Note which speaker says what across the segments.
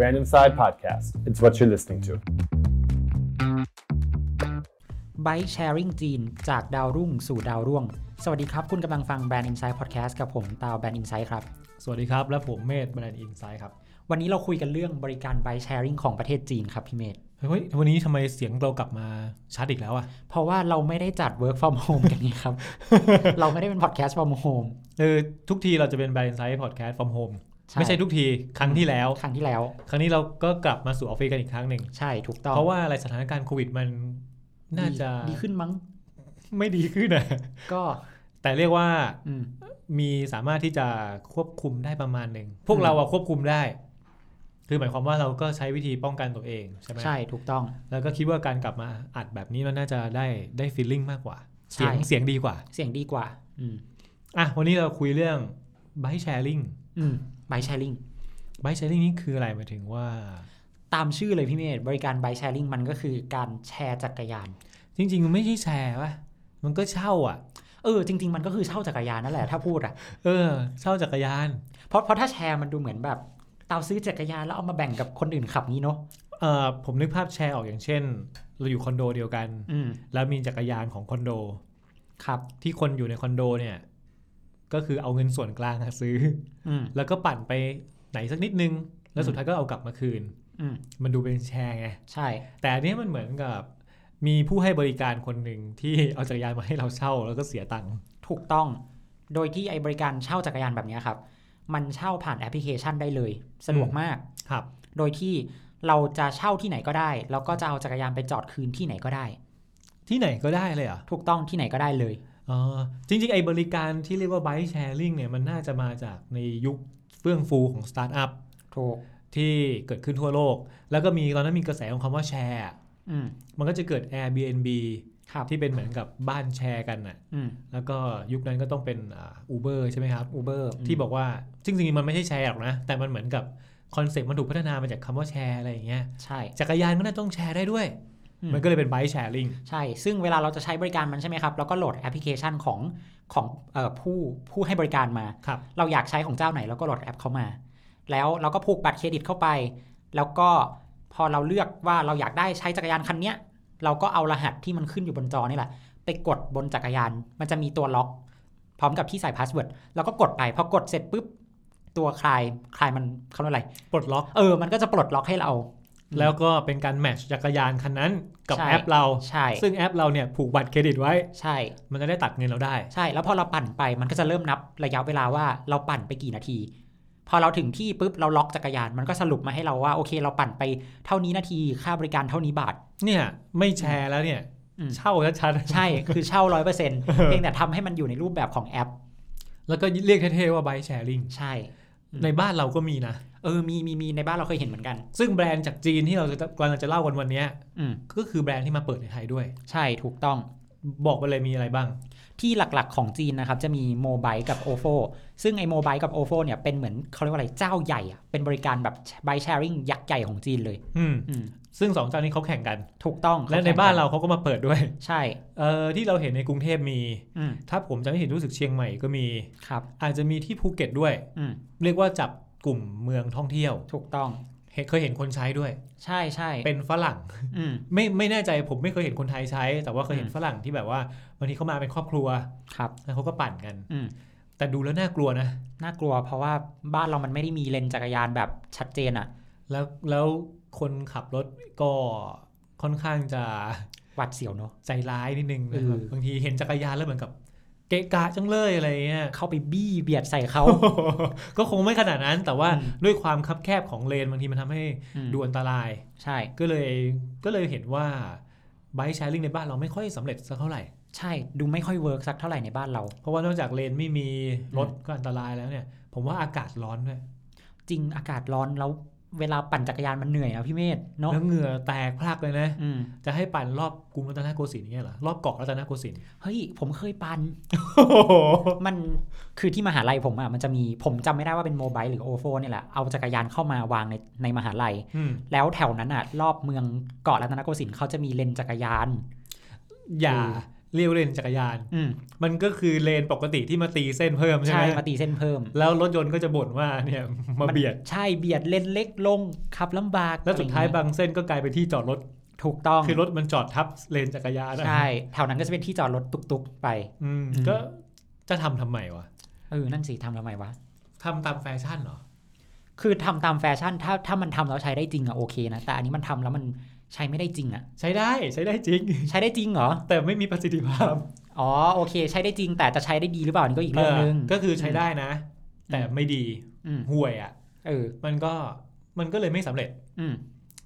Speaker 1: Random Side Podcast. It's what you're listening to.
Speaker 2: ไบ k ์แชร์ริงจีนจากดาวรุ่งสู่ดาวร่วง สวัสดีครับ คุณกำลังฟังแบรนด์ Insight Podcast กับผมตาวแบรนด์ Insight ครับ
Speaker 3: สวัสดีครับ และผมเมธแบรนด์อินไซด์ครับ
Speaker 2: วันนี้เราคุยกันเรื่องบริการไบ k ์แชร์ริงของประเทศจีนครับพี่เมธ
Speaker 3: เฮ้ย วันนี้ทำไมเสียงเรากลับมาชัดอีกแล้วอะ
Speaker 2: เพราะว่าเราไม่ได้จัด Work from Home กันไงครับ เราไม่ได้เป็น Podcast from Home
Speaker 3: เออทุกทีเราจะเป็นแบรนด์อินไซด์พอดแคสต์ from home
Speaker 2: ใช่
Speaker 3: ไม่ใช่ทุกทีครั้งที่แล้ว
Speaker 2: ครั้งที่แล้ว
Speaker 3: ครั้งนี้เราก็กลับมาสู่ออฟฟิศกันอีกครั้งหนึ่ง
Speaker 2: ใช่ถูกต้อง
Speaker 3: เพราะว่าอะไรสถานการณ์โควิดมันน่าจะ
Speaker 2: ดีดีขึ้นมั้ง
Speaker 3: ไม่ดีขึ้นนะ
Speaker 2: ก็
Speaker 3: แต่เรียกว่า
Speaker 2: อืม
Speaker 3: มีสามารถที่จะควบคุมได้ประมาณหนึ่ง พ
Speaker 2: อื
Speaker 3: วก
Speaker 2: ม
Speaker 3: เราอะควบคุมได้ คือหมายความว่าเราก็ใช้วิธีป้องกันตัวเองใช่ไหม
Speaker 2: ใช่ถูกต้อง
Speaker 3: แล้วก็คิดว่าการกลับมาอัดแบบนี้มันน่าจะได้ได้ฟีลลิ่งมากกว่า
Speaker 2: ใช่
Speaker 3: เสียงเสียงดีกว่า
Speaker 2: เสียงดีกว่าอืม
Speaker 3: อ่ะวันนี้เราคุยเรื่อง bike sharing
Speaker 2: อืมไบ k ์แชร์ริง
Speaker 3: bike sharing นี่คืออะไรหมายถึงว่า
Speaker 2: ตามชื่อเลยพี่เมธบริการไบ k ์แชร์ริงมันก็คือการแชร์จักรยาน
Speaker 3: จริงๆ มันไม่ใช่แชร์ป่ะ มันก็เช่าอ่ะ
Speaker 2: เออจริง ๆ มันก็คือเช่าจักรยานนั่นแหละถ้าพูดอะ
Speaker 3: เออ เช่าจักรยาน
Speaker 2: เพราะเพราะถ้าแชร์มันดูเหมือนแบบเตาซื้อจักรยานแล้วเอามาแบ่งกับคนอื่นขับนี้เนาะ
Speaker 3: เออผมนึกภาพแชร์ออกอย่างเช่น เราอยู่คอนโดเดียวกัน
Speaker 2: อืม
Speaker 3: แล้วมีจักรยานของคอนโด
Speaker 2: ครับ
Speaker 3: ที่คนอยู่ในคอนโดเนี่ย ก็คือเอาเงินส่วนกลางอะซื้อ
Speaker 2: อืม
Speaker 3: แล้วก็ปั่นไปไหนสักนิดนึง แล้วสุดท้ายก็เอากลับมาคืน
Speaker 2: อืม
Speaker 3: มันดูเป็นแชร์ไง
Speaker 2: ใช่
Speaker 3: แต่อันเนี้ยมันเหมือนกับ มีผู้ให้บริการคนหนึ่งที่เอาจักรยานมาให้เราเช่าแล้วก็เสียตังค์
Speaker 2: ถูกต้อง โดยที่ไอบริการเช่าจักรยานแบบเนี้ยครับ มันเช่าผ่านแอปพลิเคชันได้เลย สะดวก
Speaker 3: อืม
Speaker 2: มาก
Speaker 3: ครับ
Speaker 2: โดยที่เราจะเช่าที่ไหนก็ได้ แล้วก็จะเอาจักรยานไปจอดคืนที่ไหนก็ได้
Speaker 3: ที่ไหนก็ได้เลยเหรอ่ะ
Speaker 2: ถูกต้องที่ไหนก็ได้เลย
Speaker 3: อ๋อจริงๆ ไอ้บริการที่เรียกว่า bike sharing เนี่ยมันน่าจะมาจากในยุคเฟื่องฟูของสตาร์ทอัพ
Speaker 2: ถูก
Speaker 3: ที่เกิดขึ้นทั่วโลก แล้วก็มีตอนนั้นมีกระแสของคำว่าแชร์
Speaker 2: อืม
Speaker 3: มันก็จะเกิด Airbnb
Speaker 2: ครับ
Speaker 3: ที่เป็นเหมือนกับบ้านแชร์กันน่ะ
Speaker 2: อืม
Speaker 3: แล้วก็ยุคนั้นก็ต้องเป็นอูเบอร์ใช่ไหมครับ
Speaker 2: อูเบอร์
Speaker 3: ที่บอกว่าจริงๆมันไม่ใช่แชร์หรอกนะ แต่มันเหมือนกับคอนเซ็ปต์มันถูกพัฒนามาจากคำว่าแชร์อะไรอย่างเงี้ย
Speaker 2: ใช่
Speaker 3: จักรยานก็น่าต้องแชร์ได้ด้วย
Speaker 2: อื
Speaker 3: มันก็เลยเป็น bike sharing
Speaker 2: ใช่ ซึ่งเวลาเราจะใช้บริการมันใช่ไหมครับ แล้วก็โหลดแอปพลิเคชันของของเออผู้ผู้ให้บริการมา
Speaker 3: ครับ
Speaker 2: เราอยากใช้ของเจ้าไหนเราก็โหลดแอปเขามา แล้วเราก็ผูกบัตรเครดิตเข้าไป แล้วก็พอเราเลือกว่าเราอยากได้ใช้จักรยานคันเนี้ย เราก็เอารหัสที่มันขึ้นอยู่บนจอนี่แหละ ไปกดบนจักรยาน มันจะมีตัวล็อก พร้อมกับที่ใส่พาสเวิร์ด แล้วก็กดไป พอกดเสร็จปุ๊บ ตัวคลาย คลายมันเขาเรียกอะไร
Speaker 3: ปลดล็อก
Speaker 2: เออ มันก็จะปลดล็อกให้เรา
Speaker 3: แล้วก็เป็นการแมทช์จักรยานคันนั้นกับ
Speaker 2: ใช่
Speaker 3: แอปเรา
Speaker 2: ใช่
Speaker 3: ซึ่งแอปเราเนี่ยผูกบัตรเครดิตไว้
Speaker 2: ใช่
Speaker 3: มันจะได้ตัดเงินเราได้
Speaker 2: ใช่ แล้วพอเราปั่นไปมันก็จะเริ่มนับระยะเวลาว่าเราปั่นไปกี่นาที พอเราถึงที่ปุ๊บเราล็อกจักรยาน มันก็สรุปมาให้เราว่าโอเค เราปั่นไปเท่านี้นาทีค่าบริการเท่านี้บาท
Speaker 3: เนี่ยไม่แชร์แล้วเนี่ย
Speaker 2: อืม
Speaker 3: เช่าชัดๆ
Speaker 2: ใช่ คือเช่าร้อยเปอร์เซ็นต์ เพียงแต่ทำให้มันอยู่ในรูปแบบของแอป
Speaker 3: แล้วก็เรียกเท่ๆว่า bike sharing
Speaker 2: ใช่ อืม
Speaker 3: ในบ้านเราก็มีนะ
Speaker 2: เออมีมีมีในบ้านเราเคยเห็นเหมือนกัน
Speaker 3: ซึ่งแบรนด์จากจีนที่เราจะกำลังจะเล่ากันวันเนี้ย
Speaker 2: อืม
Speaker 3: ก็คือแบรนด์ที่มาเปิดในไทยด้วย
Speaker 2: ใช่ถูกต้อง
Speaker 3: บอกไปเลยมีอะไรบ้าง
Speaker 2: ที่หลักๆของจีนนะครับ จะมีโมบายกับโอโฟซึ่งไอโมบายกับโอโฟเนี่ยเป็นเหมือนเขาเรียกว่าอะไรเจ้าใหญ่อะเป็นบริการแบบบายแชร์ริงยักษ์ใหญ่ของจีนเลย
Speaker 3: อืม
Speaker 2: อืม
Speaker 3: ซึ่งสองเจ้านี้เขาแข่งกัน
Speaker 2: ถูกต้อง
Speaker 3: และในบ้านเราเขาก็มาเปิดด้วย
Speaker 2: ใช่
Speaker 3: เอ่อที่เราเห็นในกรุงเทพมี
Speaker 2: อืม
Speaker 3: ถ้าผมจำไม่ผิดรู้สึกเชียงใหม่ก็มี
Speaker 2: ครับ
Speaker 3: อาจจะมีที่ภูเก็ตด้วย
Speaker 2: อืม
Speaker 3: เรียกว่าจับกลุ่มเมืองท่องเที่ยว
Speaker 2: ถูกต้อง
Speaker 3: เห็นเคยเห็นคนใช้ด้วย
Speaker 2: ใช่ใช่
Speaker 3: เป็นฝรั่ง
Speaker 2: อืม
Speaker 3: ไม่ไม่แน่ใจผมไม่เคยเห็นคนไทยใช้ แต่ว่าเคยเห็
Speaker 2: อื
Speaker 3: น
Speaker 2: ม
Speaker 3: ฝรั่งที่แบบว่าบางทีเขามาเป็นครอบครัว
Speaker 2: ครับ
Speaker 3: แล้วเขาก็ปั่นกัน
Speaker 2: อืม
Speaker 3: แต่ดูแล้วน่ากลัวนะ
Speaker 2: น่ากลัวเพราะว่าบ้านเรามันไม่ได้มีเลนจักรยานแบบชัดเจนอะ
Speaker 3: แล้วแล้วคนขับรถก็ค่อนข้างจะ
Speaker 2: หวัดเสียวเนอะ
Speaker 3: ใจร้ายนิดนึงนะครับ
Speaker 2: เออ
Speaker 3: บางทีเห็นจักรยานแล้วเหมือนกับ เกะกะจังเลยอะไรเงี้ย
Speaker 2: เข้าไปบี้เบียดใส่เขา
Speaker 3: ก็คงไม่ขนาดนั้น แต่ว่า
Speaker 2: อืม
Speaker 3: ด้วยความคับแคบของเลนบางทีมันทำให้
Speaker 2: อืม
Speaker 3: ดูอันตราย
Speaker 2: ใช่
Speaker 3: ก็เลยก็เลยเห็นว่าไบค์แชร์ลิงในบ้านเราไม่ค่อยสำเร็จสักเท่าไหร่
Speaker 2: ใช่ดูไม่ค่อยเวิร์กสักเท่าไหร่ในบ้านเรา
Speaker 3: เพราะว่านอกจากเลนไม่มีรถก็อันตรายแล้วเนี่ย ผมว่าอากาศร้อนด้วย
Speaker 2: จริงอากาศร้อนแล้วเวลาปั่นจักรยานมันเหนื่อยนะพี่เมธเนาะ
Speaker 3: แล้วเหงื่อแตกพรากเลยนะ
Speaker 2: อืม
Speaker 3: จะให้ปั่นรอบกรุงรัตนโกสินทร์อย่างเงี้ยเหรอรอบเกาะรัตนโกสินทร์
Speaker 2: เฮ้ยผมเคยปั่น มันคือที่มหาลัยผมอะมันจะมีผมจำไม่ได้ว่าเป็นโมบายหรือโอโฟเนี่ยแหละเอาจักรยานเข้ามาวางในในมหาลัย
Speaker 3: อืม
Speaker 2: แล้วแถวนั้นอะรอบเมืองเกาะรัตนโกสินทร์เขาจะมีเลนจักรยาน
Speaker 3: อย่า เรียวเลนจักรยาน
Speaker 2: อืม
Speaker 3: มันก็คือเลนปกติที่มาตีเส้นเพิ่มใช่
Speaker 2: ใช่
Speaker 3: ไหม
Speaker 2: มาตีเส้นเพิ่ม
Speaker 3: แล้วรถยนต์ก็จะบ่นว่าเนี่ยมาเบียด
Speaker 2: นใช่เบียดเลนเล็กลงขับลำบาก
Speaker 3: แล้วสุดท้า
Speaker 2: อะไรอบ
Speaker 3: ยางเส้นก็กลายเป็นที่จอดรถ
Speaker 2: งถูกต้อง
Speaker 3: คือรถมันจอดทับเลนจักรยานอะ
Speaker 2: ใช่แถวนั้นก็จะเป็นที่จอดรถตุกๆไป
Speaker 3: อืม
Speaker 2: อืม
Speaker 3: ก็จะทำทำไมวะ
Speaker 2: เออนั่นสิทำทำไมวะ
Speaker 3: ทำตามแฟชั่นเหรอ
Speaker 2: คือทำตามแฟชั่นถ้าถ้ามันทำแล้วใช้ได้จริงอะโอเคนะ แต่อันนี้มันทำแล้วมันใช้ไม่ได้จริงอะ
Speaker 3: ใช้ได้ใช้ได้จริง
Speaker 2: ใช้ได้จริงเหรอ
Speaker 3: แต่ไม่มีประสิทธิภาพ
Speaker 2: อ๋อโอเค ใช้ได้จริง แต่จะใช้ได้ดีหรือเปล่านี่ก็อีกเรื่องนึง
Speaker 3: เออก็คือใช้ได้นะ
Speaker 2: ม
Speaker 3: แต่ไม่ดี
Speaker 2: อืม
Speaker 3: ห่วยอ่ะ
Speaker 2: เออ
Speaker 3: มันก็มันก็เลยไม่สำเร็จ
Speaker 2: อืม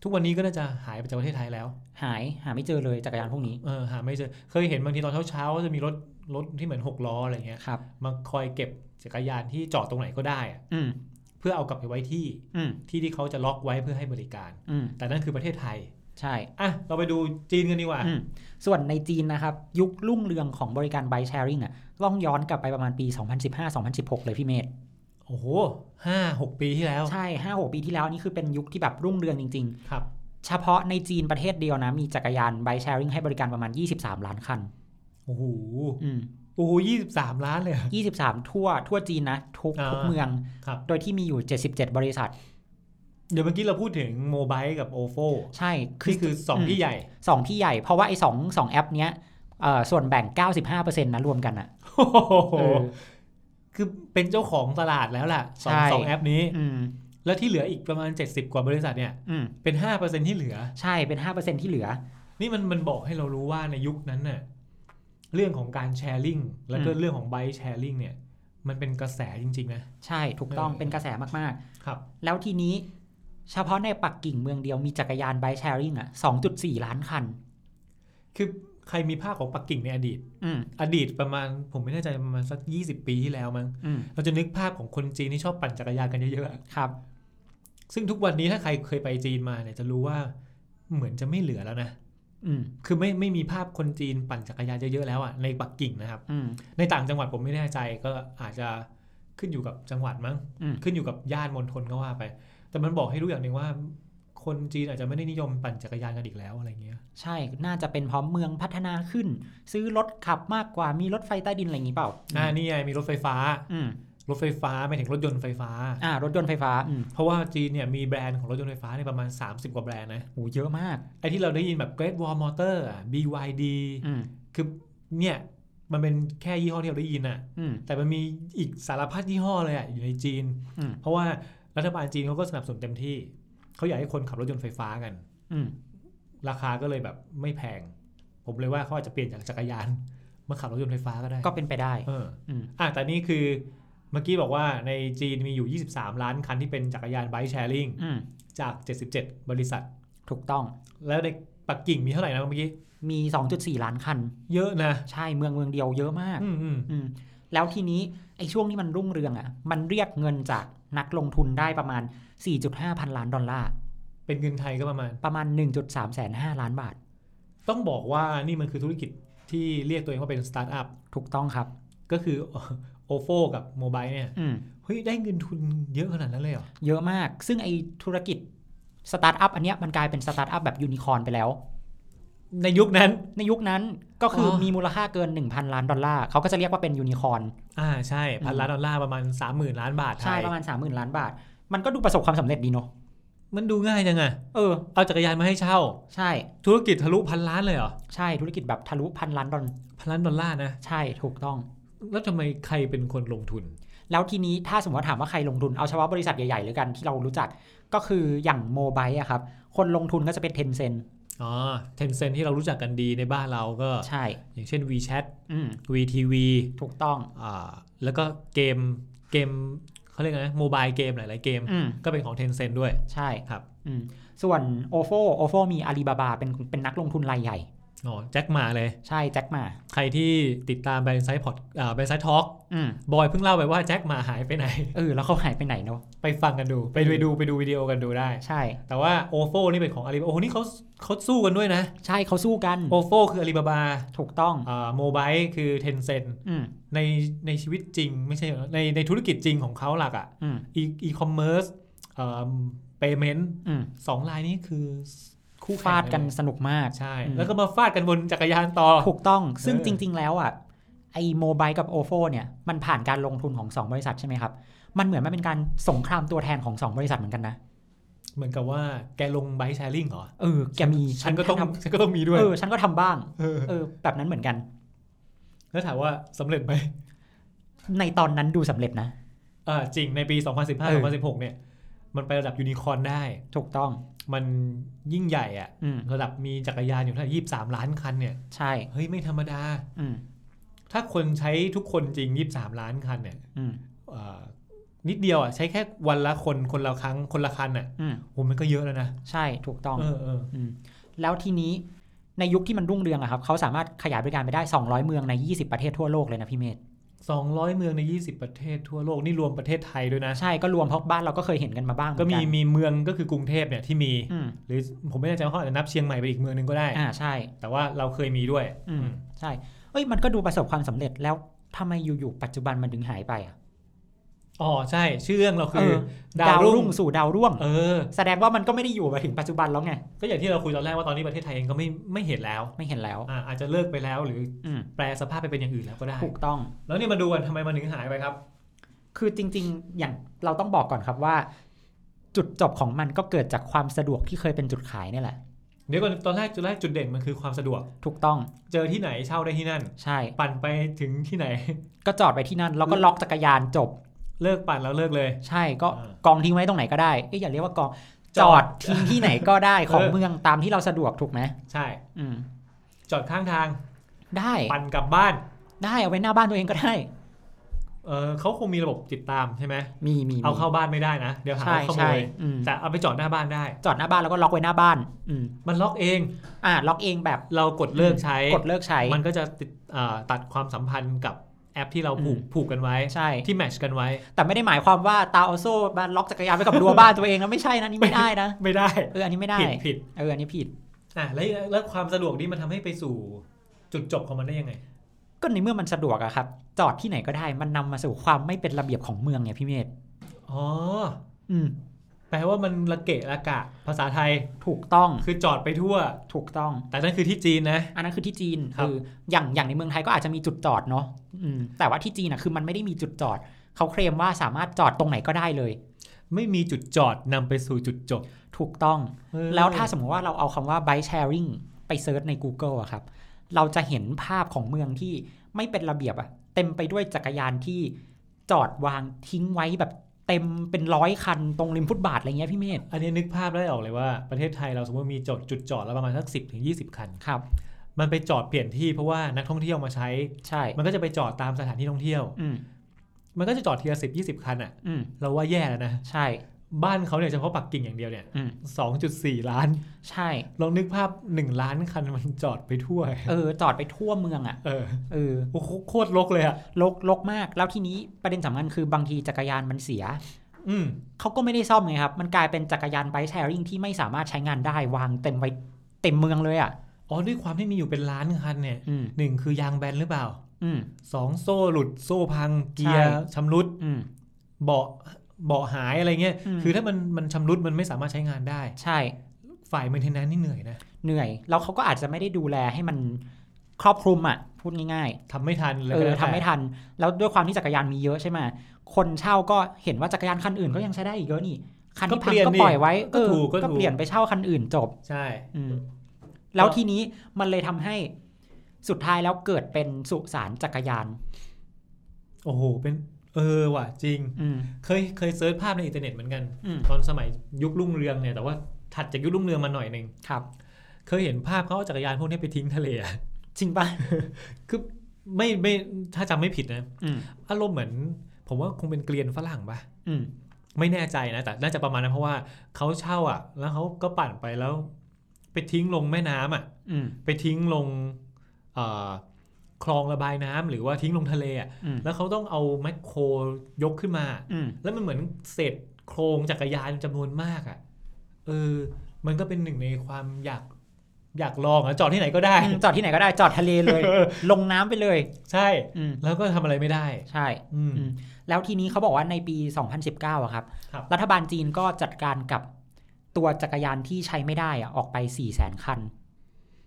Speaker 3: ทุกวันนี้ก็น่าจะหายไปจากประเทศไทยแล้ว
Speaker 2: หายหาไม่เจอเลยจักรยานพวกนี้
Speaker 3: เออหาไม่เจอเคยเห็นบางทีตอนเช้าๆก็จะมีรถรถที่เหมือนหกล้ออะไรเงี้ย
Speaker 2: ครับ
Speaker 3: มาคอยเก็บจักรยานที่จอดตรงไหนก็ได้อะ
Speaker 2: อืม
Speaker 3: เพื่อเอากลับไปไว้ที่
Speaker 2: อืม
Speaker 3: ที่ที่เขาจะล็อกไว้เพื่อให้บริการ
Speaker 2: อืม
Speaker 3: แต่นั่นคือประเทศไทย
Speaker 2: ใช่
Speaker 3: อ่ะเราไปดูจีนกันดีกว่า
Speaker 2: อืมส่วนในจีนนะครับ ยุครุ่งเรืองของบริการ bike sharing อะล่องย้อนกลับไปประมาณปี 2015-2016 เลยพี่เมธ
Speaker 3: โอ้โหห้าหกปีที่แล้ว
Speaker 2: ใช่5 6ปีที่แล้วนี่คือเป็นยุคที่แบบรุ่งเรืองจริง
Speaker 3: ครับ
Speaker 2: ๆ เฉพาะในจีนประเทศเดียวนะ มีจักรยาน bike sharing ให้บริการประมาณ 23 ล้านคัน
Speaker 3: โอ้โห
Speaker 2: อืม
Speaker 3: โอ้โหยี่สิบสามล้านเลยอะ
Speaker 2: 23 ทั่วทั่วจีนนะ ทุก
Speaker 3: อ่า
Speaker 2: ทุกเมือง
Speaker 3: ครับ
Speaker 2: โดยที่มีอยู่ 77 บริษัท
Speaker 3: เดี๋ยวเมื่อกี้เราพูดถึงโมบายกับโอโฟ
Speaker 2: ใช่
Speaker 3: ที่คือสองที่ใหญ่
Speaker 2: สองที่ใหญ่ เพราะว่าไอ้สองสองแอปเนี้ยเอ่อส่วนแบ่ง 95%นะรวมกันอ่ะ
Speaker 3: โอ้โห
Speaker 2: เออ
Speaker 3: คือเป็นเจ้าของตลาดแล้วล่ะสอง
Speaker 2: ใช่
Speaker 3: สองแอปนี้
Speaker 2: อืม
Speaker 3: แล้วที่เหลืออีกประมาณ 70 กว่าบริษัทเนี่ย
Speaker 2: อืม
Speaker 3: เป็น 5%ที่เหลือ
Speaker 2: ใช่เป็น 5%ที่เหลือ
Speaker 3: นี่มันมันบอกให้เรารู้ว่าในยุคนั้นน่ะเรื่องของการแชร์ลิงแล้วก็
Speaker 2: อืม
Speaker 3: เรื่องของไบค์แชร์ลิงเนี่ย มันเป็นกระแสจริง ๆ นะ
Speaker 2: ใช่ถูกต้อง
Speaker 3: เออ
Speaker 2: เป็นกระแสมาก
Speaker 3: ครับ
Speaker 2: ๆ แล้วทีนี้ เฉพาะในปักกิ่งเมืองเดียวมีจักรยานไบค์แชร์ริงอ่ะ 2.4 ล้านคัน
Speaker 3: คือใครมีภาพของปักกิ่งในอดีต
Speaker 2: อืม
Speaker 3: อดีตประมาณผมไม่แน่ใจประมาณสัก 20 ปีที่แล้วมั้ง
Speaker 2: อืม
Speaker 3: เราจะนึกภาพของคนจีนที่ชอบปั่นจักรยานกันเยอะๆอะ
Speaker 2: ครับ
Speaker 3: ซึ่งทุกวันนี้ถ้าใครเคยไปจีนมาเนี่ยจะรู้ว่าเหมือนจะไม่เหลือแล้วนะ
Speaker 2: อืม
Speaker 3: คือไม่ไม่มีภาพคนจีนปั่นจักรยานเยอะๆแล้วอ่ะในปักกิ่งนะครับ
Speaker 2: อืม
Speaker 3: ในต่างจังหวัดผมไม่แน่ใจก็อาจจะขึ้นอยู่กับจังหวัดมั้ง
Speaker 2: อืม
Speaker 3: ขึ้นอยู่กับย่านมณฑลก็ว่าไป แต่มันบอกให้รู้อย่างหนึ่งว่า คนจีนอาจจะไม่ได้นิยมปั่นจักรยานกันอีกแล้วอะไรเงี้ย
Speaker 2: ใช่น่าจะเป็นเพราะเมืองพัฒนาขึ้น ซื้อรถขับมากกว่ามีรถไฟใต้ดินอะไรอย่างนี้เปล่า
Speaker 3: อ่านี่ไงมีรถไฟฟ้า
Speaker 2: อืม
Speaker 3: รถไฟฟ้าไม่ถึงรถยนต์ไฟฟ้า
Speaker 2: อ่ารถยนต์ไฟฟ้าอืม
Speaker 3: เพราะว่าจีนเนี่ยมีแบรนด์ของรถยนต์ไฟฟ้าเนี่ยประมาณ 30 กว่าแบรนด์นะ
Speaker 2: โหเยอะมาก
Speaker 3: ไอที่เราได้ยินแบบ Great Wall Motor อะ BYD
Speaker 2: อืม
Speaker 3: คือเนี่ยมันเป็นแค่ยี่ห้อที่เราได้ยินอะ
Speaker 2: อืม
Speaker 3: แต่มันมีอีกสารพัดยี่ห้อเลยอะอยู่ในจีน
Speaker 2: อืม
Speaker 3: เพราะว่ารัฐบาลจีนเขาก็สนับสนุนเต็มที่ เขาอยากให้คนขับรถยนต์ไฟฟ้ากัน
Speaker 2: อืม
Speaker 3: ราคาก็เลยแบบไม่แพง ผมเลยว่าเขาอาจจะเปลี่ยนจากจักรยาน มาขับรถยนต์ไฟฟ้าก็ได้
Speaker 2: ก็เป็นไปได้
Speaker 3: เออ
Speaker 2: อืม
Speaker 3: อ่ะแต่นี่คือเมื่อกี้บอกว่าในจีนมีอยู่ 23 ล้านคันที่เป็นจักรยานไบค์แชร์ลิง
Speaker 2: อืม
Speaker 3: จาก 77 บริษัท
Speaker 2: ถูกต้อง
Speaker 3: แล้วในปักกิ่งมีเท่าไหร่นะเมื่อกี้
Speaker 2: มี 2.4 ล้านคัน
Speaker 3: เยอะนะ
Speaker 2: ใช่เมืองเมืองเดียวเยอะมาก
Speaker 3: อืมอืม
Speaker 2: อืมแล้วทีนี้ไอ้ช่วงที่มันรุ่งเรืองอ่ะ มันเรียกเงินจากนักลงทุนได้ประมาณ 4.5 พันล้านดอลลาร์
Speaker 3: เป็นเงินไทยก็ประมาณ
Speaker 2: ประมาณ 1.3แสน5ล้านบาท
Speaker 3: ต้องบอกว่านี่มันคือธุรกิจที่เรียกตัวเองว่าเป็นสตาร์ทอัพ
Speaker 2: ถูกต้องครับ
Speaker 3: ก็คือ โอโฟกับโมบายเนี่ย
Speaker 2: อืม
Speaker 3: เฮ้ย ได้เงินทุนเยอะขนาดนั้นเลยเหรอ
Speaker 2: เยอะมาก ซึ่งไอ้ธุรกิจสตาร์ทอัพอันเนี้ยมันกลายเป็นสตาร์ทอัพแบบยูนิคอร์นไปแล้ว
Speaker 3: ในยุคนั้น
Speaker 2: ในยุคนั้นก็คืออ
Speaker 3: อ
Speaker 2: มีมูลค่าเกิน 1,000 ล้านดอลลาร์เขาก็จะเรียกว่าเป็นยูนิคอร์น
Speaker 3: อ่าใช่ พัน
Speaker 2: อืม
Speaker 3: ล้านดอลลาร์ประมาณ 3 0,000 ล้านบาทไท
Speaker 2: ใช่
Speaker 3: ย
Speaker 2: ประมาณ 30,000 ล้านบาท มันก็ดูประสบความสำเร็จดีเนาะ
Speaker 3: มันดูง่ายจังอะ
Speaker 2: เออ
Speaker 3: เอาจักรยานมาให้เช่า
Speaker 2: ใช่
Speaker 3: ธุรกิจทะลุพันล้านเลยเหรอ
Speaker 2: ใช่ธุรกิจแบบทะลุพันล้านดอล
Speaker 3: พันล้านดอลลาร์นะ
Speaker 2: ใช่ถูกต้อง
Speaker 3: แล้วทำไมใครเป็นคนลงทุน
Speaker 2: แล้วทีนี้ถ้าสมมติว่าถามว่าใครลงทุนเอาเฉพาะบริษัทใหญ่ๆเลยกันที่เรารู้จักก็คืออย่างโมบายอะครับ คนลงทุนก็จะเป็นเทนเซน
Speaker 3: อ๋อเทนเซ็นที่เรารู้จักกันดีในบ้านเราก็
Speaker 2: ใช่
Speaker 3: อย่างเช่น WeChat
Speaker 2: อืม
Speaker 3: VTV
Speaker 2: ถูกต้อง
Speaker 3: อ่าแล้วก็เกมเกมเขาเรียกไงนะโมบายเกมหลาย ๆ เกม
Speaker 2: อืม
Speaker 3: ก็เป็นของเทนเซ็นด้วย
Speaker 2: ใช่
Speaker 3: ครับ
Speaker 2: อืมส่วนโอโฟโอโฟมีอาลีบาบาเป็นเป็นนักลงทุนรายใหญ่
Speaker 3: อ๋อแจ็คหมาเลย
Speaker 2: ใช่แจ็คมา
Speaker 3: ใครที่ติดตามแบรนด์ไซต์พอดอ่าแบรนด์ไซต์ทอล์ก
Speaker 2: อืม
Speaker 3: บอยเพิ่งเล่าไปว่าแจ็คหมาหายไปไหน
Speaker 2: เออแล้วเขาหายไปไหนเนาะ
Speaker 3: ไปฟังกันดูไปดูไปดูไปดูวิดีโอกันดูได้
Speaker 2: ใช่
Speaker 3: แต่ว่าโอโฟนี่เป็นของอาลีบาโอ้โหนี่เขาเขาสู้กันด้วยนะ
Speaker 2: ใช่เขาสู้กัน
Speaker 3: โอโฟคืออาลีบาบา
Speaker 2: ถูกต้อง
Speaker 3: อ่าโมบายคือเทนเซ็น
Speaker 2: อืม
Speaker 3: ในในชีวิตจริง ไม่ใช่ในในธุรกิจจริงของเขาหลักอะ
Speaker 2: อืม
Speaker 3: อีอีคอมเมิร์ซเอ่อเปเมนต์
Speaker 2: อืม
Speaker 3: สองรายนี้คือ คู่แข่ง
Speaker 2: ฟาดกัน
Speaker 3: เลย
Speaker 2: สนุกมาก
Speaker 3: ใช่
Speaker 2: อืม
Speaker 3: แล้วก็มาฟาดกันบนจักรยานต่อ
Speaker 2: ถูกต้องซึ่ง
Speaker 3: เออ
Speaker 2: จริง ๆ แล้วอ่ะไอ้โมบายกับโอโฟเนี่ยมันผ่านการลงทุนของ 2 บริษัทใช่ไหมครับ มันเหมือนมันเป็นการสงครามตัวแทนของ 2 บริษัทเหมือนกันนะ
Speaker 3: เหมือนกับว่าแกลงไบค์แชร์ลิงเหรอ
Speaker 2: เออแกมี
Speaker 3: ฉันก็ต้อง
Speaker 2: ท
Speaker 3: ฉันก็ต้องมี
Speaker 2: ำ
Speaker 3: ด้วย
Speaker 2: เออฉันก็ทำบ้าง
Speaker 3: เออ
Speaker 2: เออแบบนั้นเหมือนกัน
Speaker 3: แล้วถามว่าสำเร็จไหม
Speaker 2: ในตอนนั้นดูสำเร็จนะ
Speaker 3: อ่าจริงในปี
Speaker 2: เออ
Speaker 3: 2015-2016 เนี่ย มันไประดับยูนิคอร์นได้
Speaker 2: ถูกต้อง
Speaker 3: มันยิ่งใหญ่อะ
Speaker 2: อืม
Speaker 3: ระดับมีจักรยานอยู่เท่าไหร่ยี่สามล้านคันเนี่ย
Speaker 2: ใช่
Speaker 3: เฮ้ย ไม่ธรรมดา
Speaker 2: อืม
Speaker 3: ถ้าคนใช้ทุกคนจริง 23 ล้านคันเนี่ย
Speaker 2: อืม
Speaker 3: เอ่อนิดเดียวอ่ะใช้แค่วันละคนคนละครั้งคนละคันอ่ะ
Speaker 2: อืม
Speaker 3: โหมันก็เยอะแล้วนะ
Speaker 2: ใช่ถูกต้อง
Speaker 3: เออเออ
Speaker 2: อืมแล้วทีนี้ในยุคที่มันรุ่งเรืองอะครับเขาสามารถขยายบริการไปได้ 200 เมืองใน 20 ประเทศทั่วโลกเลยนะพี่เมธ
Speaker 3: สองร้อยเมืองใน 20 ประเทศทั่วโลก นี่รวมประเทศไทยด้วยนะ
Speaker 2: ใช่ก็รวมเพราะบ้านเราก็เคยเห็นกันมาบ้างเหมื
Speaker 3: ก็
Speaker 2: อน
Speaker 3: มี
Speaker 2: น
Speaker 3: มีเมืองก็คือกรุงเทพเนี่ยที่มี
Speaker 2: อืม
Speaker 3: หรือผมไม่แน่ใจว่าเขาอาจจะนับเชียงใหม่ไปอีกเมืองหนึ่งก็ได้
Speaker 2: อ่าใช่
Speaker 3: แต่ว่าเราเคยมีด้วย
Speaker 2: อืม
Speaker 3: อืม
Speaker 2: ใช่เอ้ยมันก็ดูประสบความสำเร็จแล้วทำไมอยู่ๆปัจจุบันมันถึงหายไปอะ
Speaker 3: อ๋อใช่ชื่อเรื่องเราคือ
Speaker 2: เออ
Speaker 3: ดาวรุ่ง
Speaker 2: สู่ดาวร่วง
Speaker 3: เออ
Speaker 2: แสดงว่ามันก็ไม่ได้อยู่มาถึงปัจจุบันแล้วไง
Speaker 3: ก็อย่างที่เราคุยตอนแรกว่าตอนนี้ประเทศไทยเองก็ไม่ไม่เห็นแล้ว
Speaker 2: ไม่เห็นแล้ว
Speaker 3: อ่าอาจจะเลิกไปแล้วหรือ
Speaker 2: อืม
Speaker 3: แปลสภาพไปเป็นอย่างอื่นแล้วก็ได้
Speaker 2: ถูกต้อง
Speaker 3: แล้วนี่มาดูกันทำไมมันถึงหายไปครับ
Speaker 2: คือจริง ๆ อย่างเราต้องบอกก่อนครับว่า จุดจบของมันก็เกิดจากความสะดวกที่เคยเป็นจุดขายนี่แหละ
Speaker 3: เดี๋ยวก่อนตอนแรกจุดแรกจุดเด่นมันคือความสะดวก
Speaker 2: ถูกต้อง
Speaker 3: เจอที่ไหนเช่าได้ที่นั่น
Speaker 2: ใช่
Speaker 3: ปั่นไปถึงที่ไหน
Speaker 2: ก็จอดไปที่นั่นแล้วก็ล็อกจักรยานจบ
Speaker 3: เลิกปั่นแล้วเลิกเลย
Speaker 2: ใช่ก็
Speaker 3: อ่าก
Speaker 2: องทิ้งไว้ตรงไหนก็ได้เอ้ยอย่าเรียกว่ากอง
Speaker 3: จ
Speaker 2: จ
Speaker 3: อ
Speaker 2: อ
Speaker 3: ด
Speaker 2: ดทิ้งที่ไหนก็ได้ของ
Speaker 3: เออ
Speaker 2: เมืองตามที่เราสะดวกถูกไหม
Speaker 3: ใช่
Speaker 2: อืม
Speaker 3: จอดข้างทาง
Speaker 2: ได้
Speaker 3: ปั่นกลับบ้าน
Speaker 2: ได้เอาไว้หน้าบ้านตัวเองก็ได้
Speaker 3: เออเขาคงมีระบบติดตามใช่ไหม
Speaker 2: มีมีมี
Speaker 3: เอาเข้าบ้านไม่ได้นะ เดี๋ยวหา
Speaker 2: ใช่
Speaker 3: ว่าขโม
Speaker 2: ใช่
Speaker 3: ย
Speaker 2: อืม
Speaker 3: แต่เอาไปจอดหน้าบ้านได้
Speaker 2: จอดหน้าบ้านแล้วก็ล็อกไว้หน้าบ้าน อืม
Speaker 3: มันล็อกเอง
Speaker 2: อ่าล็อกเองแบบ
Speaker 3: เรากดเลิกใช้
Speaker 2: กดเลิกใช้
Speaker 3: มันก็จะติดอ่าตัดความสัมพันธ์กับแอปที่เราผูก
Speaker 2: อืม
Speaker 3: ผูกกันไว้
Speaker 2: ใช่
Speaker 3: ที่แมทชกันไว้
Speaker 2: แต่ไม่ได้หมายความว่าตาเอาโซ่มาล็อกจักรยานไว้กับรั้วบ้านตัวเองนะไม่ใช่นะนี่ไม่ได้นะ
Speaker 3: ไม่ได้
Speaker 2: เอออันนี้ไม่ได้
Speaker 3: ผิดผิด
Speaker 2: เอออันนี้ผิด
Speaker 3: อ่ะแล้วแล้วความสะดวกนี่มันทำให้ไปสู่จุดจบของมันได้ยังไง
Speaker 2: ก็ในเมื่อมันสะดวกอะครับ จอดที่ไหนก็ได้ มันนำมาสู่ความไม่เป็นระเบียบของเมืองไงพี่เมธ
Speaker 3: อ๋อ
Speaker 2: อืม
Speaker 3: แปลว่ามันละเกะละกะ ภาษาไทย
Speaker 2: ถูกต้อง
Speaker 3: คือจอดไปทั่ว
Speaker 2: ถูกต้อง
Speaker 3: แต่นั่นคือที่จีนนะ
Speaker 2: อันนั้นคือที่จีน
Speaker 3: ครั
Speaker 2: คื
Speaker 3: บ
Speaker 2: ออย่างอย่างในเมืองไทยก็อาจจะมีจุดจอดเนาะอืมแต่ว่าที่จีนอะคือมันไม่ได้มีจุดจอด เขาเคลมว่าสามารถจอดตรงไหนก็ได้เลย
Speaker 3: ไม่มีจุดจอดนำไปสู่จุดจบ
Speaker 2: ถูกต้อง
Speaker 3: เออ
Speaker 2: แล้วถ้าสมมติว่าเราเอาคำว่า bike sharing ไปเซิร์ชใน Google อะครับ เราจะเห็นภาพของเมืองที่ไม่เป็นระเบียบอะเต็มไปด้วยจักรยานที่จอดวางทิ้งไว้แบบเต็มเป็นร้อยคันตรงริมฟุตบาทอะไรเงี้ยพี่เมธ
Speaker 3: อันนี้นึกภาพได้ออกเลยว่า ประเทศไทยเราสมมติมีจอดจุดจอดแล้วประมาณสักสิบถึงยีคัน
Speaker 2: ครับ
Speaker 3: มันไปจอดเปลี่ยนที่เพราะว่านักท่องเที่ยวมาใช้
Speaker 2: ใช่
Speaker 3: มันก็จะไปจอดตามสถานที่ท่องเที่ยว
Speaker 2: อืม
Speaker 3: มันก็จะจอดทีละสิบยี่สิบคันอ่ะ
Speaker 2: อืม
Speaker 3: เราว่าแย่แล้วนะ
Speaker 2: ใช่
Speaker 3: บ้านเขาเนี่ยเฉพาะปักกิ่งอย่างเดียวเนี่ย
Speaker 2: อืม
Speaker 3: สองจุดสี่ล้าน
Speaker 2: ใช่
Speaker 3: ลองนึกภาพหนึ่งล้านคันมันจอดไปทั่ว
Speaker 2: เออจอดไปทั่วเมืองอะ
Speaker 3: เออ
Speaker 2: เออ
Speaker 3: โอ้โหโคตรรกเลยอ่ะ
Speaker 2: ลกลกมากแล้วทีนี้ประเด็นสำคัญคือบางทีจักรยานมันเสีย
Speaker 3: อืม
Speaker 2: เขาก็ไม่ได้ซ่อมไงครับ มันกลายเป็นจักรยานไบค์แชร์ริ่งที่ไม่สามารถใช้งานได้วางเต็มไว้เต็มเมืองเลยอ่ะ
Speaker 3: อ๋อด้วยความที่มีอยู่เป็นล้านคันเนี่ย
Speaker 2: อืม
Speaker 3: หนึ่งคือยางแบนหรือเปล่า
Speaker 2: อืม
Speaker 3: สองโซ่หลุดโซ่พังเกียร์ชำรุด
Speaker 2: อืม
Speaker 3: เบาะเบาะหายอะไรเงี้ย
Speaker 2: อืม
Speaker 3: คือถ้ามันมันชำรุดมันไม่สามารถใช้งานได้
Speaker 2: ใช่
Speaker 3: ฝ่ายเมนเทนแนนนี่เหนื่อยนะ
Speaker 2: เหนื่อย แล้วเขาก็อาจจะไม่ได้ดูแลให้มันครอบคลุมอ่ะ พูดง่าย
Speaker 3: ทำไม่ทัน
Speaker 2: ๆ
Speaker 3: เลย
Speaker 2: เออทำไม่
Speaker 3: น
Speaker 2: ทัน แล้วด้วยความที่จักรยานมีเยอะใช่ไหมคนเช่าก็เห็นว่าจักรยานคันอื่นก็ยังใช้ได้อีกเยอะนี่ คันที่พังก็ปล่อยไว้
Speaker 3: ก็
Speaker 2: เออ
Speaker 3: ถูกก็
Speaker 2: ก็
Speaker 3: ถูก
Speaker 2: เปลี่ยนไปเช่าคันอื่นจบ
Speaker 3: ใช่
Speaker 2: อืมแล้วทีนี้มันเลยทำให้สุดท้ายแล้วเกิดเป็นสุสานจักรยาน
Speaker 3: โอ้โหเป็นเออว่ะจริง
Speaker 2: อืม
Speaker 3: เคยเคยเซิร์ชภาพในอินเทอร์เน็ตเหมือนกัน
Speaker 2: อืม
Speaker 3: ตอนสมัยยุครุ่งเรืองเนี่ยแต่ว่าถัดจากยุครุ่งเรืองมาหน่อยหนึ่ง
Speaker 2: ครับ
Speaker 3: เคยเห็นภาพเขาเอาจักรยานพวกนี้ไปทิ้งทะเลอะ
Speaker 2: จริงป่ะ
Speaker 3: คือไม่ไม่ถ้าจำไม่ผิดนะ
Speaker 2: อืม
Speaker 3: อารมณ์เหมือน ผมว่าคงเป็นเกลียนฝรั่งปะ
Speaker 2: อืม
Speaker 3: ไม่แน่ใจนะ แต่น่าจะประมาณนั้นเพราะว่าเขาเช่าอ่ะ แล้วเขาก็ปั่นไปแล้ว ไปทิ้งลงแม่น้ำอ่ะ
Speaker 2: อืม
Speaker 3: ไปทิ้งลงเอ่อคลองระบายน้ำหรือว่าทิ้งลงทะเลอ่ะ
Speaker 2: อืม
Speaker 3: แล้วเขาต้องเอาแมคโครยกขึ้นมา
Speaker 2: อืม
Speaker 3: แล้วมันเหมือนเศษโครงจักรยานจำนวนมากอ่ะเออมันก็เป็นหนึ่งในความอยากอยากลองอ่ะจอดที่ไหนก็ได้
Speaker 2: จอดที่ไหนก็ได้จอดทะเลเลย ลงน้ำไปเลย
Speaker 3: ใช่
Speaker 2: อืม
Speaker 3: แล้วก็ทำอะไรไม่ได้
Speaker 2: ใช่
Speaker 3: อืม
Speaker 2: อืม แล้วทีนี้เขาบอกว่าในปี 2019อะครับ
Speaker 3: ครับ
Speaker 2: รัฐบาลจีนก็จัดการกับ ตัวจักรยานที่ใช้ไม่ได้อะออกไป4ี่แสนคัน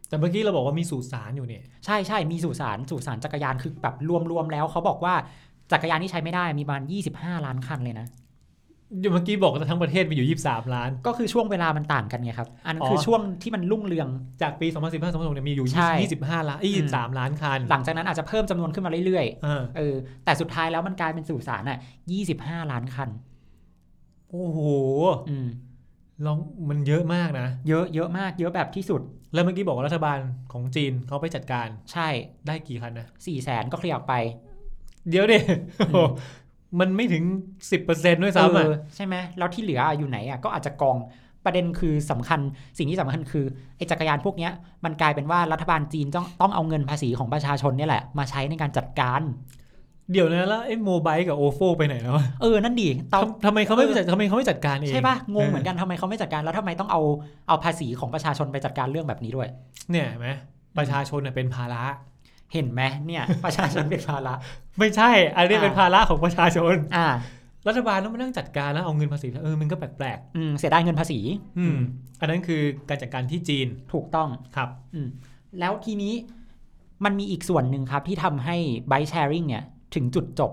Speaker 3: แต่เมื่อกี้เราบอกว่ามีสุสานอยู่เนี่ย
Speaker 2: ใช่ใช่มีสุสานสุสานจักรยานคือแบบรวมๆแล้วเขาบอกว่าจักรยานที่ใช้ไม่ได้มีประมาณ25 ล้านคันเลยนะ
Speaker 3: เดี๋ยวเมื่อกี้บอกว่าทั้งประเทศมีอยู่ 23 ล้าน
Speaker 2: ก็คือช่วงเวลามันต่างกันไงครับ อันนั้นคือ
Speaker 3: อ
Speaker 2: ช่วงที่มันรุ่งเรือง
Speaker 3: จากปี 2015 2016เนี่ยมีอยู่
Speaker 2: ใช่
Speaker 3: 25 ล้านเอ้ย
Speaker 2: อืม
Speaker 3: 23 ล้านคัน
Speaker 2: หลังจากนั้นอาจจะเพิ่มจำนวนขึ้นมาเรื่อย
Speaker 3: เออ
Speaker 2: ๆ เออ แต่สุดท้ายแล้วมันกลายเป็นสุสานอ่ะ25 ล้านคัน
Speaker 3: โอ้โห
Speaker 2: อืม
Speaker 3: ลองมันเยอะมากนะ
Speaker 2: เยอะเยอะมาก เยอะแบบที่สุด
Speaker 3: แล้วเมื่อกี้บอกว่ารัฐบาลของจีนเขาไปจัดการ
Speaker 2: ใช่
Speaker 3: ได้กี่คันนะ
Speaker 2: 4ี่แสนก็เคลียร์ออกไป
Speaker 3: เดี๋ยวดิ
Speaker 2: อืม
Speaker 3: มันไม่ถึง 10%ด้วยซ้ำอ่ะ
Speaker 2: เออใช่ไหมแล้วที่เหลืออยู่ไหนอ่ะก็อาจจะกองประเด็นคือสำคัญสิ่งที่สำคัญคือไอ้จักรยานพวกเนี้ยมันกลายเป็นว่ารัฐบาลจีนต้องต้องเอาเงินภาษีของประชาชนเนี่ยแหละ มาใช้ในการจัดการ
Speaker 3: เดี๋ยวนะแล้วไอ้โมบายกับโอโฟไปไหนแล้วอะ
Speaker 2: เออ นั่นดีตอน
Speaker 3: ทำทำไมเขาไม่ไปจัดทำไมเขาไม่จัดการเอง
Speaker 2: ใช่ปะงงเหมือนกันทำไมเขาไม่จัดการแล้วทำไมต้องเอาเอาภาษีของประชาชนไปจัดการเรื่องแบบนี้ด้วย
Speaker 3: เนี่ยเห็นไหมประชาชนน่ะเป็นภาระ
Speaker 2: เห็นไหมเนี่ยประชาชนเป็นภาระ
Speaker 3: ไม่ใช่ อันนี้
Speaker 2: อ่า
Speaker 3: เป็นภาระ ของประชาชน
Speaker 2: อ่า
Speaker 3: รัฐบาลต้องมานั่งจัดการแล้วเอาเงินภาษีเออมันก็แปลก
Speaker 2: อืมเสียดายเงินภาษี
Speaker 3: ๆอืม อันนั้นคือการจัดการที่จีน
Speaker 2: ถูกต้อง
Speaker 3: ครับ
Speaker 2: อืมแล้วทีนี้มันมีอีกส่วนหนึ่งครับที่ทำให้ bike sharing เนี่ยถึงจุดจบ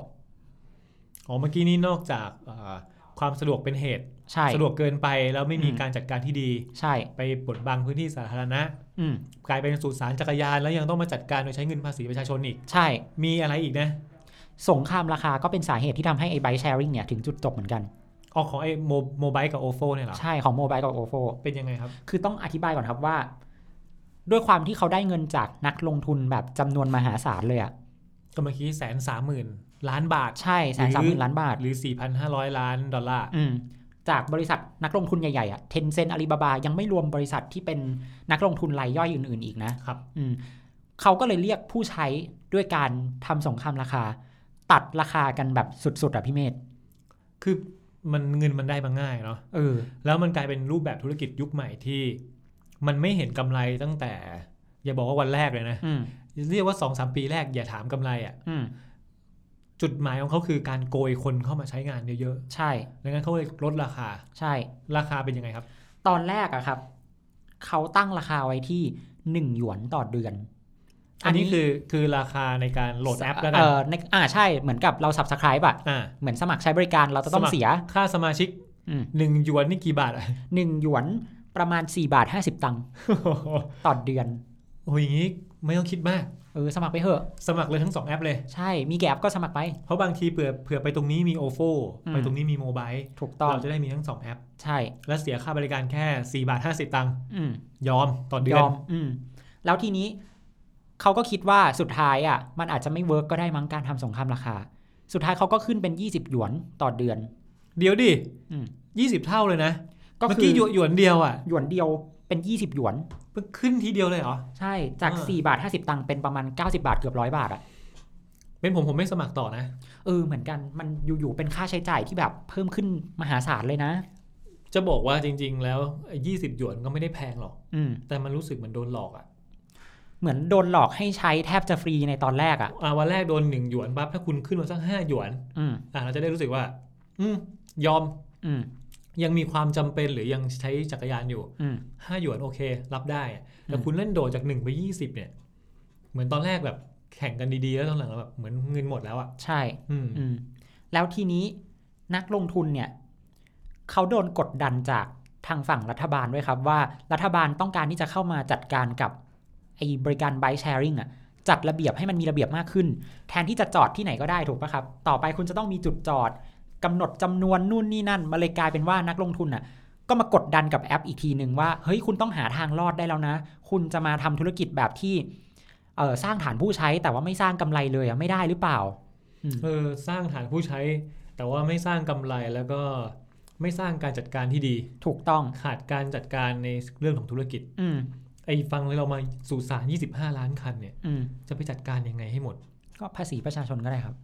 Speaker 3: อ๋อเมื่อกี้นี่นอกจากเอ่อความสะดวกเป็นเหตุ
Speaker 2: ใช่
Speaker 3: สะดวกเกินไปแล้วไม่มี
Speaker 2: อืม
Speaker 3: การจัดการที่ดี
Speaker 2: ใช่
Speaker 3: ไปบดบังพื้นที่สาธารณะ
Speaker 2: อืม
Speaker 3: กลายเป็นสุสานจักรยานแล้วยังต้องมาจัดการโดยใช้เงินภาษีประชาชนอีก
Speaker 2: ใช่
Speaker 3: มีอะไรอีกนะ
Speaker 2: สงครามราคาก็เป็นสาเหตุที่ทำให้ไอ้ bike sharing เนี่ยถึงจุดจบเหมือนกัน
Speaker 3: ออกของไอ้โมโมบายกับโอโฟเนี่ยเหรอ
Speaker 2: ใช่ของโมบายกับโอโฟ
Speaker 3: เป็นยังไงครับ
Speaker 2: คือต้องอธิบายก่อนครับว่า ด้วยความที่เขาได้เงินจากนักลงทุนแบบจำนวนมหาศาลเลยอะ
Speaker 3: ก็เมื่อกี้แสนสามหมื่นล้านบาท
Speaker 2: ใช่แสนสามหมื่นล้านบาท
Speaker 3: หรือ 4,500 ล้านดอลลาร์
Speaker 2: อืมจากบริษัทนักลงทุนใหญ่ๆอะเทนเซนอาลีบาบายังไม่รวมบริษัทที่เป็นนักลงทุนรายย่อยอื่นๆอีกนะครับ อืมเขาก็เลยเรียกผู้ใช้ด้วยการทำสงครามราคา ตัดราคากันแบบสุดๆอะพี่เมธ
Speaker 3: คือมันเงินมันได้มาง่ายเนาะ
Speaker 2: เออ
Speaker 3: แล้วมันกลายเป็นรูปแบบธุรกิจยุคใหม่ที่ มันไม่เห็นกำไรตั้งแต่ อย่าบอกว่าวันแรกเลยนะ
Speaker 2: อืม
Speaker 3: เรียกว่า 2 3 ปีแรกอย่าถามกำไรอะ่ะ
Speaker 2: อืม
Speaker 3: จุดหมายของเขาคือการโกยคนเข้ามาใช้งานเยอะ
Speaker 2: ใช่
Speaker 3: ๆดังนั้นเขาเลยลดราคา
Speaker 2: ใช่
Speaker 3: ราคาเป็นยังไงครับ
Speaker 2: ตอนแรกอะครับ เขาตั้งราคาไว้ที่หนึ่งหยวนต่อเดือน
Speaker 3: อันนี้คือคือราคาในการโหลดแอปแล้วกั
Speaker 2: เอน อในอ่าใช่เหมือนกับเรา subscribe อะ
Speaker 3: อ่า
Speaker 2: เหมือนสมัครใช้บริการเราจะต้อง
Speaker 3: สมัคร
Speaker 2: เสีย
Speaker 3: ค่าสมาชิก
Speaker 2: อืม
Speaker 3: หนึ่งหยวนนี่กี่บาท อ่ะ
Speaker 2: หนึ่งหยวนประมาณ 4 บาท 50 ตังค์ต่อเดือน
Speaker 3: โอ้ยอย่างนี้ไม่ต้องคิดมาก
Speaker 2: เออ สมัครไปเถอะ
Speaker 3: สมัครเลยทั้งสองแอปเลย
Speaker 2: ใช่มีแกแอปก็สมัครไป
Speaker 3: เพราะบางทีเผื่อเผื่อไปตรงนี้มีโอโฟ
Speaker 2: อืม
Speaker 3: ไปตรงนี้มีโมบาย
Speaker 2: ถูกต้อง
Speaker 3: เราจะได้มีทั้งสองแอป
Speaker 2: ใช่
Speaker 3: และเสียค่าบริการแค่ 4 บาท 50 ตังค์
Speaker 2: อืม
Speaker 3: ยอมต่อเดื
Speaker 2: ย
Speaker 3: อน
Speaker 2: อมอืมแล้วทีนี้เขาก็คิดว่าสุดท้ายอะมันอาจจะไม่เวิร์กก็ได้มั้งการทำสงครามราคา สุดท้ายเขาก็ขึ้นเป็น 20 หยวนต่อเดือน
Speaker 3: เดี๋ยวดิ
Speaker 2: อืม
Speaker 3: 20 เท่าเลยนะ
Speaker 2: ก็
Speaker 3: เมื่อ
Speaker 2: คื
Speaker 3: กี้
Speaker 2: อ
Speaker 3: หยวนหยวนเดียวอ่ะ
Speaker 2: หยวนเดียวเป็น 20 หยวน
Speaker 3: มันขึ้นทีเดียวเลยเหรอ
Speaker 2: ใช่ จาก
Speaker 3: อ่า
Speaker 2: 4 บาท 50 ตังค์เป็นประมาณ 90 บาท เกือบร้อยบาทอะ
Speaker 3: เป็นผมผมไม่สมัครต่อนะ
Speaker 2: เออ เหมือนกันมันอยู่ ๆ เป็นค่าใช้จ่ายที่แบบเพิ่มขึ้นมหาศาลเลยนะ
Speaker 3: จะบอกว่าจริง ๆ แล้วไอ้20 หยวนก็ไม่ได้แพงหรอก
Speaker 2: อืม
Speaker 3: แต่มันรู้สึกเหมือนโดนหลอกอ่ะ
Speaker 2: เหมือนโดนหลอกให้ใช้แทบจะฟรีในตอนแรกอะ
Speaker 3: อ่ะวันแรกโดน 1 หยวนปั๊บถ้าคุณขึ้นมาสัก 5 หยวน
Speaker 2: อืม
Speaker 3: อ่ะเราจะได้รู้สึกว่า อืมยอม
Speaker 2: อืม
Speaker 3: ยังมีความจำเป็นหรือยังใช้จักรยานอยู่
Speaker 2: อืม
Speaker 3: ห้าหยวนโอเค รับได้อะแต่
Speaker 2: อืม
Speaker 3: คุณเล่นโดดจากหนึ่งไปยี่สิบเนี่ย เหมือนตอนแรกแบบแข่งกันดีๆ แล้วตอนหลังเราแบบเหมือนเงินหมดแล้วอ่ะ
Speaker 2: ใช่
Speaker 3: อืม
Speaker 2: อืม แล้วทีนี้นักลงทุนเนี่ย เขาโดนกดดันจากทางฝั่งรัฐบาลด้วยครับว่ารัฐบาลต้องการที่จะเข้ามาจัดการกับไอ้บริการ bike sharing อะจัดระเบียบให้มันมีระเบียบมากขึ้น แทนที่จะจอดที่ไหนก็ได้ถูกปะครับ ต่อไปคุณจะต้องมีจุดจอดกำหนดจำนวนนู่นนี่นั่นมาเลยกลายเป็นว่านักลงทุนอ่ะ ก็มากดดันกับแอปอีกทีหนึ่งว่าเฮ้ยคุณต้องหาทางรอดได้แล้วนะ คุณจะมาทำธุรกิจแบบที่เออสร้างฐานผู้ใช้แต่ว่าไม่สร้างกำไรเลยอะไม่ได้หรือเปล่าอืม
Speaker 3: เออสร้างฐานผู้ใช้ แต่ว่าไม่สร้างกำไรแล้วก็ไม่สร้างการจัดการที่ดี
Speaker 2: ถูกต้อง
Speaker 3: ขาดการจัดการในเรื่องของธุรกิจ
Speaker 2: อืม
Speaker 3: ไอ้ฟังเลยเรามาสู่สาร25 ล้านคันเนี่ย
Speaker 2: อืม
Speaker 3: จะไปจัดการยังไงให้หมด
Speaker 2: ก็ภาษีประชาชนก็ได้ครับ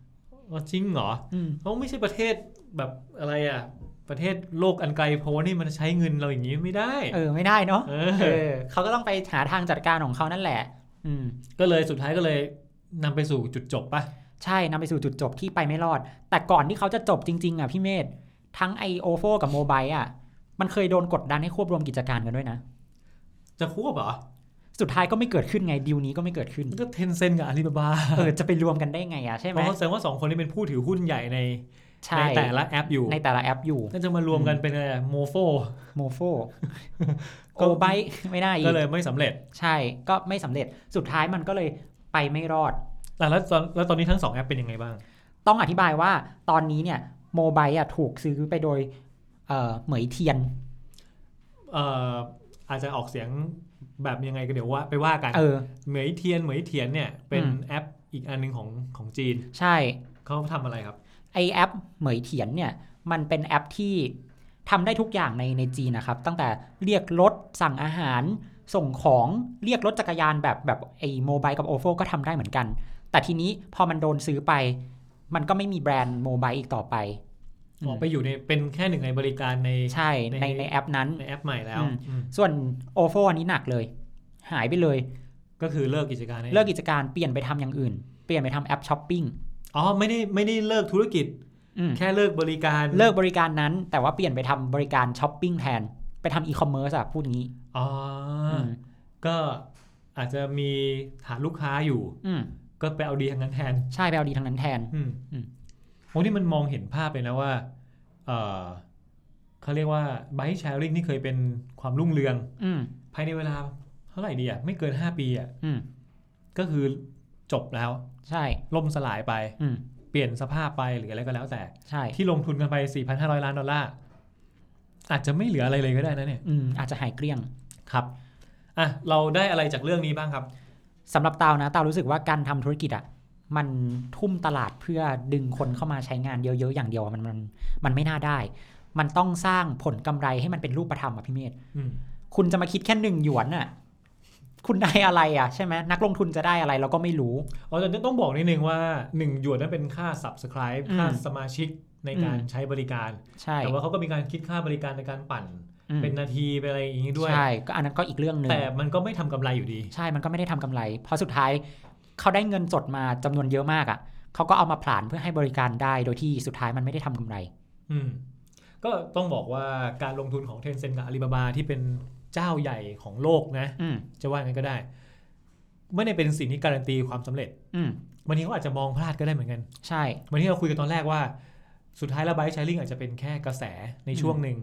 Speaker 3: อ๋อจริงเหรอ
Speaker 2: อืม
Speaker 3: เขาไม่ใช่ประเทศแบบอะไรอ่ะ ประเทศโลกอันไกลโพ้นนี่มันใช้เงินเราอย่างนี้ไม่ได้
Speaker 2: เออ ไม่ได้เนาะ
Speaker 3: เอ
Speaker 2: เอ
Speaker 3: อ
Speaker 2: อ เขาก็ต้องไปหาทางจัดการของเขานั่นแหละ อืม
Speaker 3: ก็เลยสุดท้ายก็เลยนำไปสู่จุดจบปะ
Speaker 2: ใช่นำไปสู่จุดจบที่ไปไม่รอด แต่ก่อนที่เขาจะจบจริง ๆ อ่ะพี่เมธทั้งไอโอโฟกับโมบายอ่ะ มันเคยโดนกดดันให้ควบรวมกิจการกันด้วยนะ
Speaker 3: จะควบเหรอ
Speaker 2: สุดท้ายก็ไม่เกิดขึ้นไงดีลนี้ก็ไม่เกิด ขึ้น
Speaker 3: มันก็เทนเซ็นกับอาลีบาบา
Speaker 2: เออจะไปรวมกันได้ไงอะใช่ไห
Speaker 3: เพ
Speaker 2: ม
Speaker 3: ราะแสดงว่าสองคนนี้เป็นผู้ถือหุ้นใหญ่ใน
Speaker 2: ใช่
Speaker 3: ในแต่ละแอปอยู่
Speaker 2: ในแต่ละแอปอยู่
Speaker 3: น่าจะมารวมกันเป็นอะไรโมโฟ
Speaker 2: โมโฟ
Speaker 3: ก็
Speaker 2: โกไบไม่ได้อี
Speaker 3: ก็
Speaker 2: ก
Speaker 3: เลยไม่สำเร็จ
Speaker 2: ใช่ก็ไม่สำเร็จสุดท้ายมันก็เลยไปไม่รอด
Speaker 3: อ่ะแล้วตอนแล้วตอนนี้ทั้งสองแอปเป็นยังไงบ้าง
Speaker 2: ต้องอธิบายว่าตอนนี้เนี่ยโมบายอะถูกซื้อไปโดยเอ่อเหมยเทียน
Speaker 3: เอ่ออาจจะออกเสียงแบบยังไงก็เดี๋ยวว่าไปว่ากัน
Speaker 2: เออ
Speaker 3: เหมยเทียนเหมยเทียนเนี่ยเป็น
Speaker 2: อืม
Speaker 3: แอปอีกอันหนึงของของจีน
Speaker 2: ใช่
Speaker 3: เขาทำอะไรครับ
Speaker 2: ไอแอปเหมยเถียนเนี่ยมันเป็นแอปที่ทำได้ทุกอย่างในในจีนนะครับ ตั้งแต่เรียกรถสั่งอาหาร ส่งของเรียกรถจักรยานแบบแบบไอโมบายกับโอโฟก็ทำได้เหมือนกัน แต่ทีนี้พอมันโดนซื้อไป มันก็ไม่มีแบรนด์โมบายอีกต่อไป
Speaker 3: ออกไป
Speaker 2: อื
Speaker 3: อยู่ในเป็นแค่หนึ่งในบริการใน
Speaker 2: มใช่
Speaker 3: ใน
Speaker 2: ในในแอปนั้น
Speaker 3: ในแอปใหม่แล้ว
Speaker 2: อืม
Speaker 3: อืม
Speaker 2: ส่วนโอโฟอันนี้หนักเลย หายไปเลย
Speaker 3: ก็คือเลิกกิจการนี่ย
Speaker 2: เลิกกิจการเปลี่ยนไปทำอย่างอื่น เปลี่ยนไปทำแอปช้อปปิ้ง
Speaker 3: อ๋อไม่ได้ไม่ได้เลิกธุรกิจ
Speaker 2: อืม
Speaker 3: แค่เลิกบริการ
Speaker 2: เลิกบริการนั้น แต่ว่าเปลี่ยนไปทำบริการช้อปปิ้งแทนไปทำอีคอมเมิร์ซอะพูดงี้
Speaker 3: อ๋ออ
Speaker 2: อืม
Speaker 3: ก็อาจจะมีฐานลูกค้าอยู่
Speaker 2: อืม
Speaker 3: ก็ไปเอาดีทางนั้นแทน
Speaker 2: ใช่ไปเอาดีทางนั้นแทน
Speaker 3: อืม
Speaker 2: อืม
Speaker 3: โอ้นี่มันมองเห็นภาพเลยนะว่า เออเขาเรียกว่าไบค์แชร์ลิงนี่เคยเป็นความรุ่งเรือง
Speaker 2: อืม
Speaker 3: ภายในเวลาเท่าไหร่ดีอ่ะ ไม่เกิน 5 ปีอ่ะ
Speaker 2: อืม
Speaker 3: ก็คือจบแล้ว
Speaker 2: ใช่
Speaker 3: ล่มสลายไป
Speaker 2: อืม
Speaker 3: เปลี่ยนสภาพไปหรืออะไรก็แล้วแต่
Speaker 2: ใช่
Speaker 3: ที่ลงทุนกันไป 4,500 ล้านดอลลาร์ อาจจะไม่เหลืออะไรเลยก็ได้นะเนี่ย
Speaker 2: อืมอาจจะหายเกลี้ยง
Speaker 3: ครับ อ่ะ เราได้อะไรจากเรื่องนี้บ้างครับ
Speaker 2: สำหรับตาวนะตาวรู้สึกว่าการทำธุรกิจอ่ะมันทุ่มตลาดเพื่อดึงคนเข้ามาใช้งานเยอะๆอย่างเดียวอะมันมันมันไม่น่าได้ มันต้องสร้างผลกำไรให้มันเป็นรูปธรรมอ่ะพี่เมธ
Speaker 3: อืม
Speaker 2: คุณจะมาคิดแค่หนึ่งหยวนอ่ะคุณได้อะไรอ่ะใช่ไหมนักลงทุนจะได้อะไรเราก็ไม่รู้
Speaker 3: อ๋อแต่ต้องบอกนิดนึงว่า 1 หยวนนั้นเป็นค่า subscribe
Speaker 2: อืม
Speaker 3: ค่าสมาชิกในการ
Speaker 2: อืม
Speaker 3: ใช้บริการ
Speaker 2: ใช่
Speaker 3: แต่ว่าเขาก็มีการคิดค่าบริการในการปั่น
Speaker 2: อืม
Speaker 3: เป็นนาทีเป็นอะไรอย่างนี้ด้วย
Speaker 2: ใช่ก็อันนั้นก็อีกเรื่องหนึ่ง
Speaker 3: แต่มันก็ไม่ทำกำไรอยู่ดี
Speaker 2: ใช่ มันก็ไม่ได้ทำกำไร เพราะสุดท้ายเขาได้เงินสดมาจำนวนเยอะมากอะ่ะ เขาก็เอามาผลานเพื่อให้บริการได้ โดยที่สุดท้ายมันไม่ได้ทำกำไร
Speaker 3: อืมก็ต้องบอกว่าการลงทุนของเทนเซ็นกับอาลีบาบาที่เป็นเจ้าใหญ่ของโลกนะ
Speaker 2: อืม
Speaker 3: จะว่างั้นก็ได้ ไม่ได้เป็นสิ่งที่การันตีความสำเร็จ
Speaker 2: อืม
Speaker 3: บางทีเขาอาจจะมองพลาดก็ได้เหมือนกัน
Speaker 2: ใช่
Speaker 3: เหมือนที่เราคุยกันตอนแรกว่า สุดท้ายแล้วไบชายลิงอาจจะเป็นแค่กระแสในช่วงหนึ่ง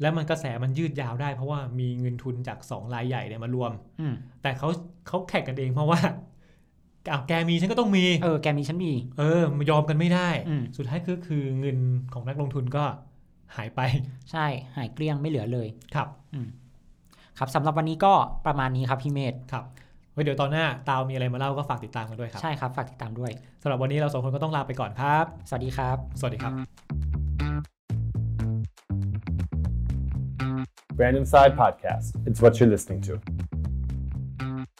Speaker 3: แล้วมันกระแสมันยืดยาวได้ เพราะว่ามีเงินทุนจากสองรายใหญ่เนี่ยมารวม
Speaker 2: อืม
Speaker 3: แต่เขาเขาแข่งกันเองเพราะว่าอ้าวแกมีฉันก็ต้องมี
Speaker 2: เออ แกมีฉันมี
Speaker 3: เออยอมกันไม่ได้
Speaker 2: อืม
Speaker 3: สุดท้ายก็คือเงินของนักลงทุนก็หายไป
Speaker 2: ใช่ หายเกลี้ยงไม่เหลือเลย
Speaker 3: ครับ
Speaker 2: ครับสำหรับวันนี้ก็ประมาณนี้ครับพี่เมธ
Speaker 3: ครับไว้เดี๋ยวตอนหน้าตาวมีอะไรมาเล่าก็ฝากติดตามกันด้วยครับ
Speaker 2: ใช่ครับ ฝากติดตามด้วย
Speaker 3: สำหรับวันนี้เราสองคนก็ต้องลาไปก่อนครับ
Speaker 2: สวัสดีครับ
Speaker 3: สวัสดีครับ
Speaker 1: Brand Inside Podcast. It's what you're listening to.